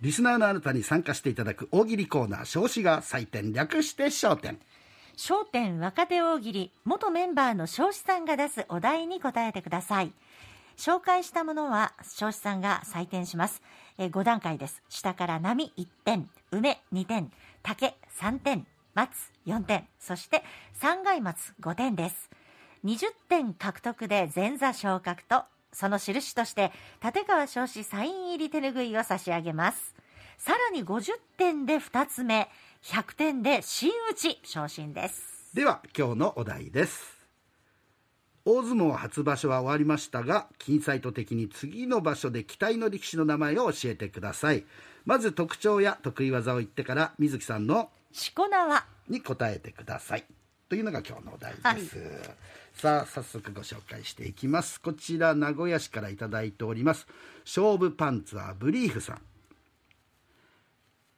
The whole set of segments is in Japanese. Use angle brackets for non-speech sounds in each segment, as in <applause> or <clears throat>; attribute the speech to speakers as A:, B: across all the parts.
A: リスナーのあなたに参加していただく大喜利コーナー、少子が採点、略して焦点。
B: 焦点若手大喜利元メンバーの彰子さんが出すお題に答えてください紹介したものは彰子さんが採点します、え5段階です下から波1点梅2点竹3点松4点そして三階松5点です20点獲得で前座昇格とその印として立川彰子サイン入り手ぬぐいを差し上げますさらに50点で2つ目100点で真打ち昇進です
A: では、今日のお題です。大相撲初場所は終わりましたが、金サイト的に次の場所で期待の力士の名前を教えてください。まず特徴や得意技を言ってから、水木さんの
B: しこ名は
A: に答えてくださいというのが今日のお題です、さあ早速ご紹介していきますこちら名古屋市からいただいております勝負パンツァーブリーフさん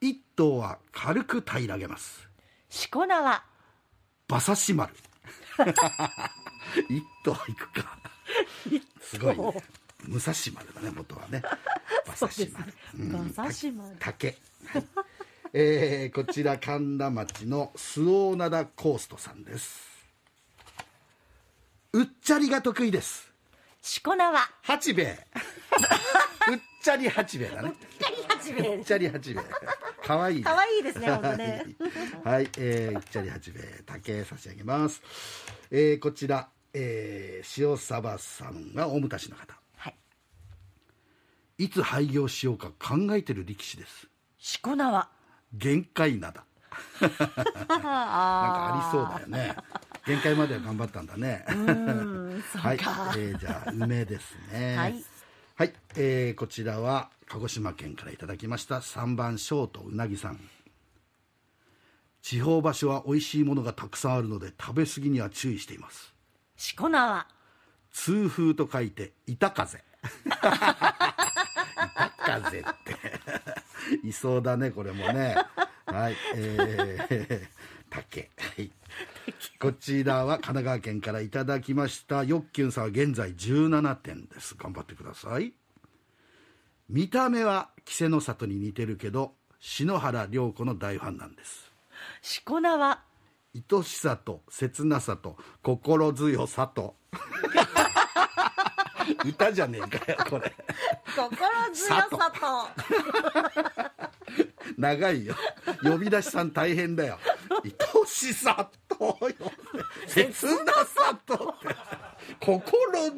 A: 一頭は軽く平らげます
B: しこ名は
A: 馬刺し丸一頭いくかすごいね武蔵丸だね元はね馬刺し丸
B: 馬刺し丸
A: 竹、はいえーこちら神田町の周防灘コーストさんですうっちゃりが得意です
B: しこ名は
A: 八兵衛うっちゃり八兵衛だね
B: 光八兵
A: う
B: 衛
A: っちゃり八兵衛かわいいね
B: 可愛いですね本当ね
A: はい、はいえー、うっちゃり八兵衛竹差し上げます、えー、こちら、えー、塩サバさんが大牟田市の方
B: はい
A: いつ廃業しようか考えてる力士です
B: しこ名は
A: 限界灘
B: なん
A: なんかありそう
B: だ
A: だよね限界までは頑張ったんだねはい、えー、じゃあ梅ですね
B: はい、
A: はいえーこちらは鹿児島県からいただきました3番ショートうなぎさん地方場所は美味しいものがたくさんあるので食べ過ぎには注意しています
B: しこ名は
A: 痛風と書いて板風板風っていそうだねこれもねはいえー、竹はいこちらは神奈川県からいただきましたよっきゅんさんは現在17点です頑張ってください見た目は稀勢の里に似てるけど篠原涼子の大ファンなんです
B: しこ名は
A: 愛しさと切なさと心強さと <laughs> 歌じゃねえかよこれ
B: 心強さと
A: 長いよ呼び出しさん大変だよ愛しさとよ切なさとって心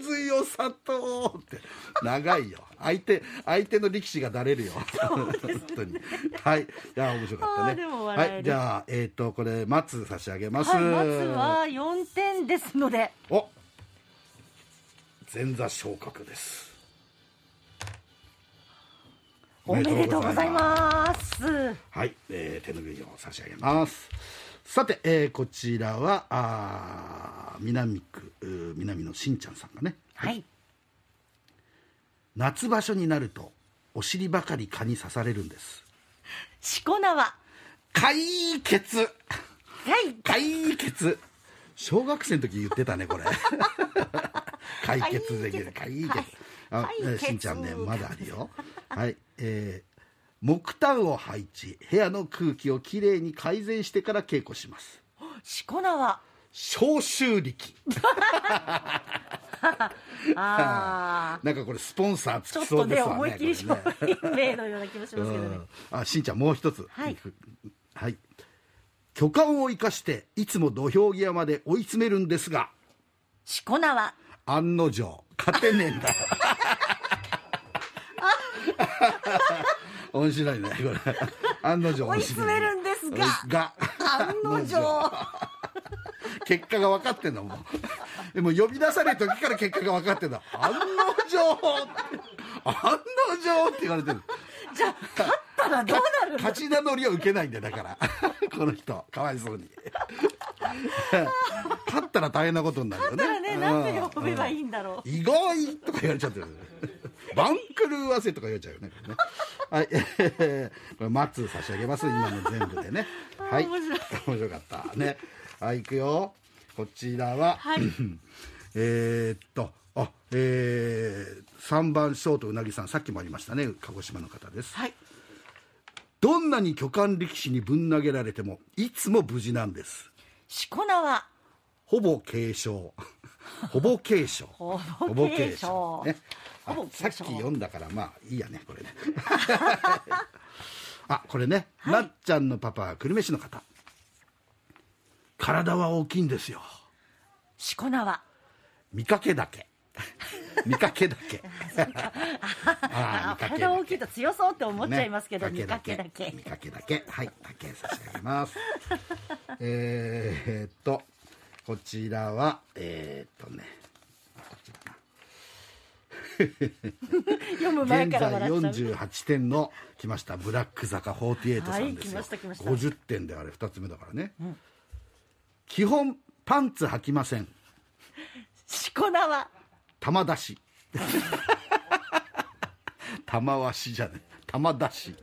A: 強さとって長いよ相手相手の力士がだれるよ、本当にはいいや面白かった
B: あー
A: ね
B: でも笑える
A: はいじゃあえっ、とこれ松差し上げます、
B: はいまずは4点ですので
A: お前座昇格です
B: おめでとうございます
A: はい、えー手拭いを差し上げますさて、えーこちらはあー南区うー南のしんちゃんさんがね
B: はい
A: 夏場所になるとお尻ばかり蚊に刺されるんです
B: しこ名は
A: 解決
B: はい
A: 解決小学生の時言ってたね
B: <laughs>
A: これ解決できる解決あ
B: 解
A: え
B: 決
A: ーしんちゃんねまだあるよはいえー木炭を配置部屋の空気をきれいに改善してから稽古します
B: しこ名は
A: 消臭力 <laughs>
B: あ
A: なんかこれスポンサーつ
B: ーちょ
A: き
B: っ
A: そ
B: と
A: うで
B: ね
A: すわね
B: 思いっきり商
A: こ
B: 品名のような気もしま
A: れ
B: すけど
A: ね
B: ね
A: うんあしんちゃんもう一つ
B: はい
A: はい巨漢を生かしていつも土俵際まで追い詰めるんですが
B: しこ名は
A: 案の定勝てねえん
B: <laughs>
A: だ面白いねこれ案の定
B: 追い
A: 面
B: 詰
A: 白
B: め
A: ね
B: るんですが
A: が
B: 案の定
A: 結果が分かってんだもうでも呼び出される時から結果が分かってんだ案の定案の定って言われてる
B: じゃあ勝ったらどうなる
A: 勝ち名乗りを受けないんだよだからこの人かわい
B: <laughs>
A: そうに勝ったら大変なことになるよね
B: だからね何で呼べばいいんだろう
A: 意外とか言われちゃってるバンクルーわせとか言われちゃうよねこれねはい <laughs> えーこれ松差し上げます今の全部でねはい
B: 面白い
A: 面白かったねはいいくよこちらは、
B: はい
A: <clears throat> えーっとあえー、3番ショートうなぎさんさっきもありましたね鹿児島の方です、
B: はい
A: んなに巨漢力士にぶん投げられてもいつも無事なんです
B: しこ名は
A: ほぼ軽症 <laughs> ほぼ軽症
B: ほ
A: ほ
B: ぼ
A: ぼ
B: 軽
A: 軽
B: 症
A: 症ねあ
B: ほぼ軽症
A: さっき読んだからまあいいやねこれね <laughs> あこれね、なっちゃんのパパは久留米市の方体は大きいんですよ
B: しこ名は
A: 見かけだ
B: <laughs>
A: け見かけだけあ
B: あ
A: ー見かけだけ
B: 体大きいと強そうって思っちゃいますけど、
A: ね
B: 見かけだけ
A: 見かけだけはいだけ差し上げ
B: <laughs>
A: ますえーっとこちらはえーっとね
B: 読む前
A: 現
B: から
A: 在
B: 笑っちゃう
A: 48点の来ましたブラック坂48さんですよ、
B: はい来ました来ました
A: 50点であれ2つ目だからね、基本パンツ履きません
B: しこ名は
A: 玉出し玉わしじゃね玉出し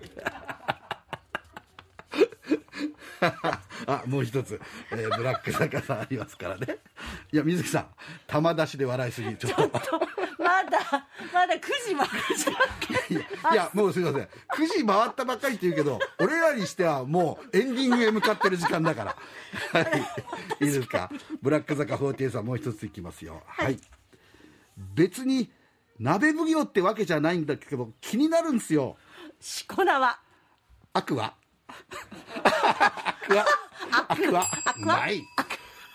A: あもう一つ、えーブラック坂さんありますからねいや水木さん玉出しで笑いすぎちょっと
B: まだまだ9時まで
A: いやもうすいません9時回ったばっかりって言うけど俺らにしてはもうエンディングへ向かってる時間だからはいいいですかブラック坂48さんもう一ついきますよはい、別に鍋奉行ってわけじゃないんだけど気になるんですよ
B: しこ名は
A: アクアアクアアクアうまい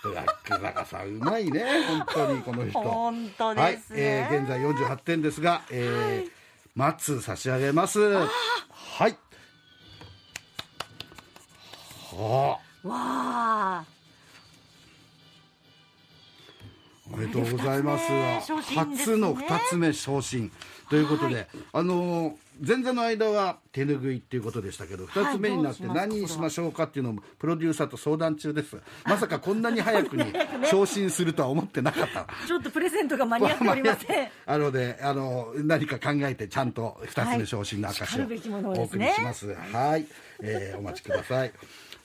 A: ブラック坂さんうまいね本当にこの人
B: 本当ですね
A: はいえー現在48点ですが、えー、松差し上げますはいはあ
B: わあ
A: おめでとうございます。
B: これで二つ目昇進ですね
A: 初の2つ目昇進ということで、あのー前座の間は手拭いっていうことでしたけど、
B: い
A: 2つ目になって
B: どうします
A: 何にしましょうかっていうのもプロデューサーと相談中です。まさかこんなに早くに昇進するとは思ってなかった。
B: ちょっとプレゼントが間に合っておりません
A: なので、あの、何か考えて、ちゃんと二つ目昇進の
B: し
A: 証
B: か
A: を
B: るべきものを
A: お
B: です
A: 送
B: ね
A: りします。はい、えーお待ちください。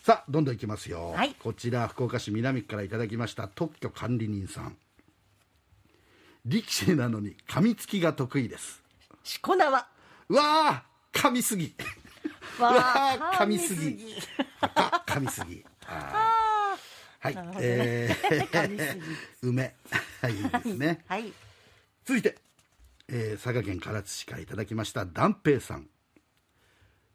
A: さあ、どんどんいきますよ。
B: はい
A: こちら、福岡市南区からいただきました、特許管理人さん。力士なのに、噛みつきが得意です。
B: しこ名は
A: うわー、噛みすぎ。うわー、噛みすぎ。あ噛みすぎ。あーはい、
B: なるほどね
A: え
B: 噛みす
A: ー、
B: <laughs>
A: 梅。はい、いいですね。
B: はい
A: 続いて、えー佐賀県唐津市からいただきました段平さん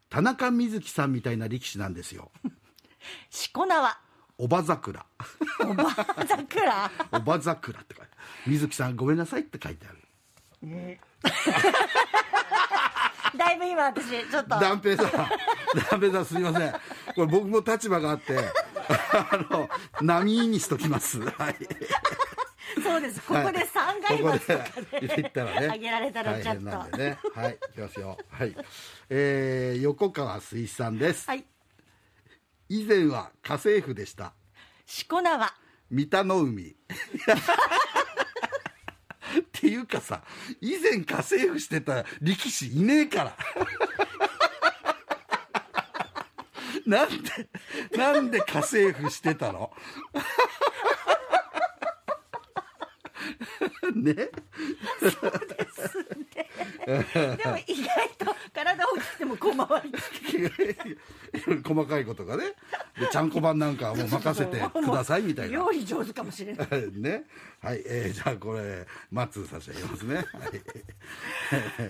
A: 田中瑞希さんみたいな力士なんですよ <laughs>
B: しこ名は
A: おば桜
B: おばあ桜
A: おば桜って書いて瑞希さんごめんなさいって書いてある
B: だいぶ今私ちょっと
A: 段平さん <laughs> 段平さんすいませんこれ僕も立場があってあの波にしときますはい
B: そうですここで3回
A: ここ
B: ま
A: で
B: とかね
A: 言ったらね
B: あげられたらちょっと
A: 大変なんでねはいいきますよはい、えー、横川水さんです、
B: はい
A: 以前は家政婦でした
B: しこ名は
A: 三田の海っていうかさ以前家政婦してた力士いねえからなんでなんで家政婦してたのね
B: でも意外と体大きくてもこう回り
A: 細かいことがねでちゃんこ版なんかはもう任せてくださいみたいな
B: 料理上手かもしれない
A: <laughs> ね、はい、えーじゃあこれ松差し上げますねはい、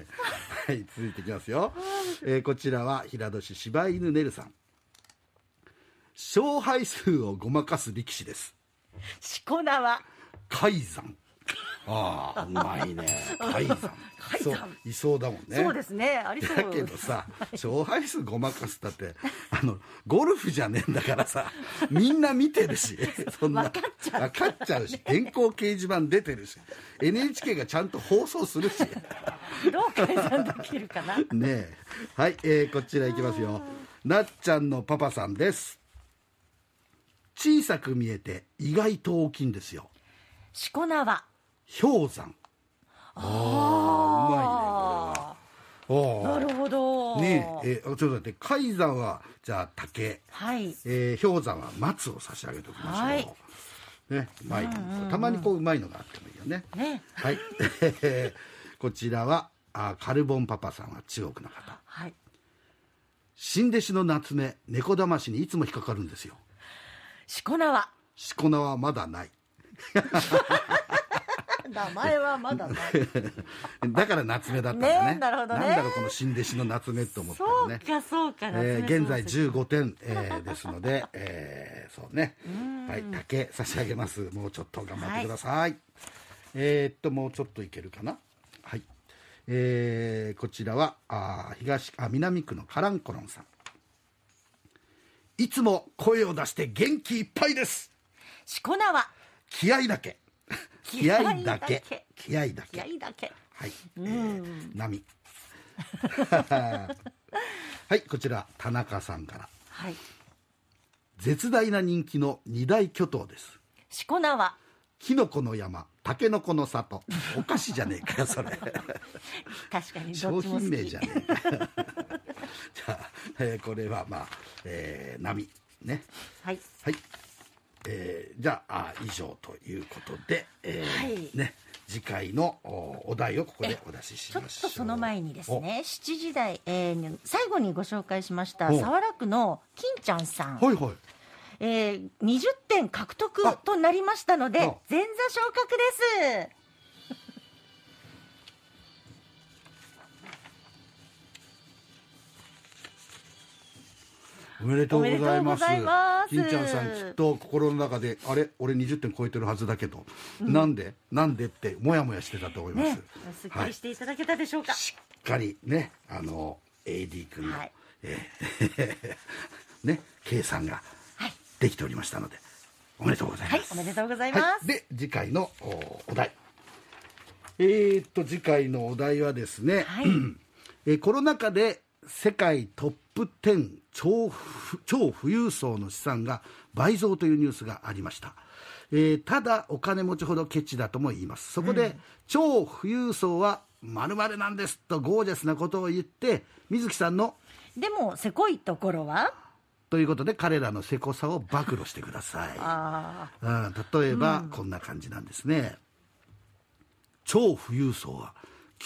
A: <laughs> はい、続いていきますよ、えーこちらは平戸市柴犬ねるさん勝敗数をごまかす力士です
B: しこ名は
A: 海山ああうまい
B: <laughs>
A: ね海山
B: 海山
A: そういそうだもんね
B: そうですねありそう
A: だけどさ勝敗数ごまかすったってあのゴルフじゃねえんだからさみんな見てる <laughs> しそんな分かっちゃうし電光掲示板出てるし NHK がちゃんと放送するしね
B: どう解散できるかな
A: えはい、えーこちらいきますよなっちゃんのパパさんです小さく見えて意外と大きいんですよ
B: しこ名は
A: 氷山ああうまいねこれは
B: なるほど
A: ねえ、えーちょっと待って海山はじゃあ竹、
B: はい
A: えー、氷山は松を差し上げておきましょう、
B: はい
A: ねうまい、たまにこううまいのがあってもいいよね
B: ね
A: はい、 <laughs> えーこちらはあカルボンパパさんは中国の方
B: はい
A: 「新弟子の夏目猫だましにいつも引っかかるんですよ
B: しこなは
A: しこ名はまだない
B: 名前はまだない
A: だから夏目だったんだね
B: ねなるほどね
A: んだろうこの新弟子の夏目って思った
B: <laughs> そ
A: ら
B: う
A: ね
B: かそうか、
A: えー
B: 夏目漱石
A: 現在15点、えーですの <laughs> で、えーそうねはい竹差し上げますもうちょっと頑張ってください、えーっともうちょっといけるかなはいえーこちらはあー東あ南区のカランコロンさんいつも声を出して元気いっぱいです
B: しこなは
A: 気合だけ
B: 気
A: 気
B: 合
A: 合
B: だ
A: だ
B: け
A: け気合だ
B: 気
A: け
B: 合だけ
A: はい、えー、 <laughs> 波はいこちら田中さんから
B: はい
A: 絶大な人気の二大巨頭です
B: しこなは
A: キノコの山タケノコの里お菓子じゃねえかよそれ
B: 確かにど
A: 商
B: っちも好き
A: 品名じゃねえか
B: <laughs>
A: じゃあ、えーこれはまあ、えー波ね
B: はい
A: はい、えーじゃああ以上ということで、えー
B: はい
A: ね次回のおお題をここでお出しし
B: ちょっ
A: ましょ
B: と
A: う
B: その前にですね7時台、えー最後にご紹介しました
A: お
B: 早良区の金ちゃんさん
A: お、はいはい
B: えー、20点獲得
A: あ
B: となりましたので
A: あ
B: 前座昇格です
A: おめでとうございます
B: おめでとうございます
A: 金ちゃんさんきっと心の中であれ俺20点超えてるはずだけど、なんでなんでってモヤモヤしてたと思います、
B: ねすっき
A: は
B: り
A: い、
B: し
A: して
B: いただけたでしょうか、
A: っかりねあの AD 君の、
B: はい
A: えー <laughs> ね計算ができておりましたのでおめでとうございます、
B: はいおめでとうございます
A: はいで次回のおお題えー、っと次回のお題はですね、
B: はい
A: えーコロナ禍で世界トップ10超富超富裕層の資産が倍増というニュースがありました、えーただお金持ちほどケチだとも言いますそこで、超富裕層は〇〇なんですとゴージャスなことを言って水木さんの
B: でもせこいところは
A: ということで彼らのせこさを暴露してください
B: あ
A: うん例えば、こんな感じなんですね超富裕層は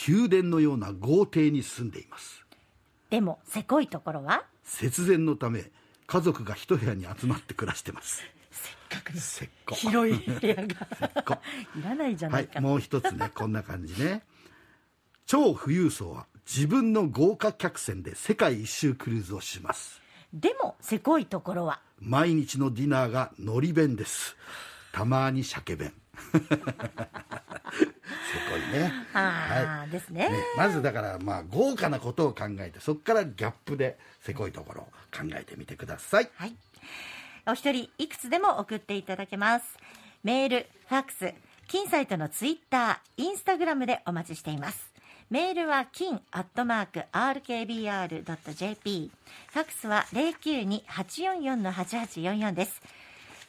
A: 宮殿のような豪邸に住んでいます
B: ーでもせこいところは
A: 節電のため家族が一部屋に集まって暮らしてますせっかくせっ
B: 広い部屋が
A: こ
B: <laughs> いらないじゃな
A: はいい
B: か、
A: もう一つねこんな感じね超富裕層は自分の豪華客船で世界一周クルーズをします
B: でもせこいところは
A: 毎日のディナーが海苔弁ですたまに鮭
B: <laughs>
A: 弁すごいね
B: あ
A: は
B: あ、
A: い
B: ですね
A: ねまずだからまあ豪華なことを考えてそこからギャップでせこいところを考えてみてください
B: はいお一人いくつでも送っていただけますメールファックス金サイトのツイッターインスタグラムでお待ちしていますメールは金アットマーク RKBR.jp ファックスは092-844-8844です。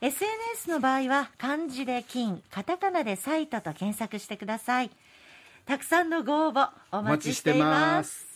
B: SNS の場合は漢字で金、カタカナでサイトと検索してください。たくさんのご応募お
A: お
B: 待ちしています。
A: す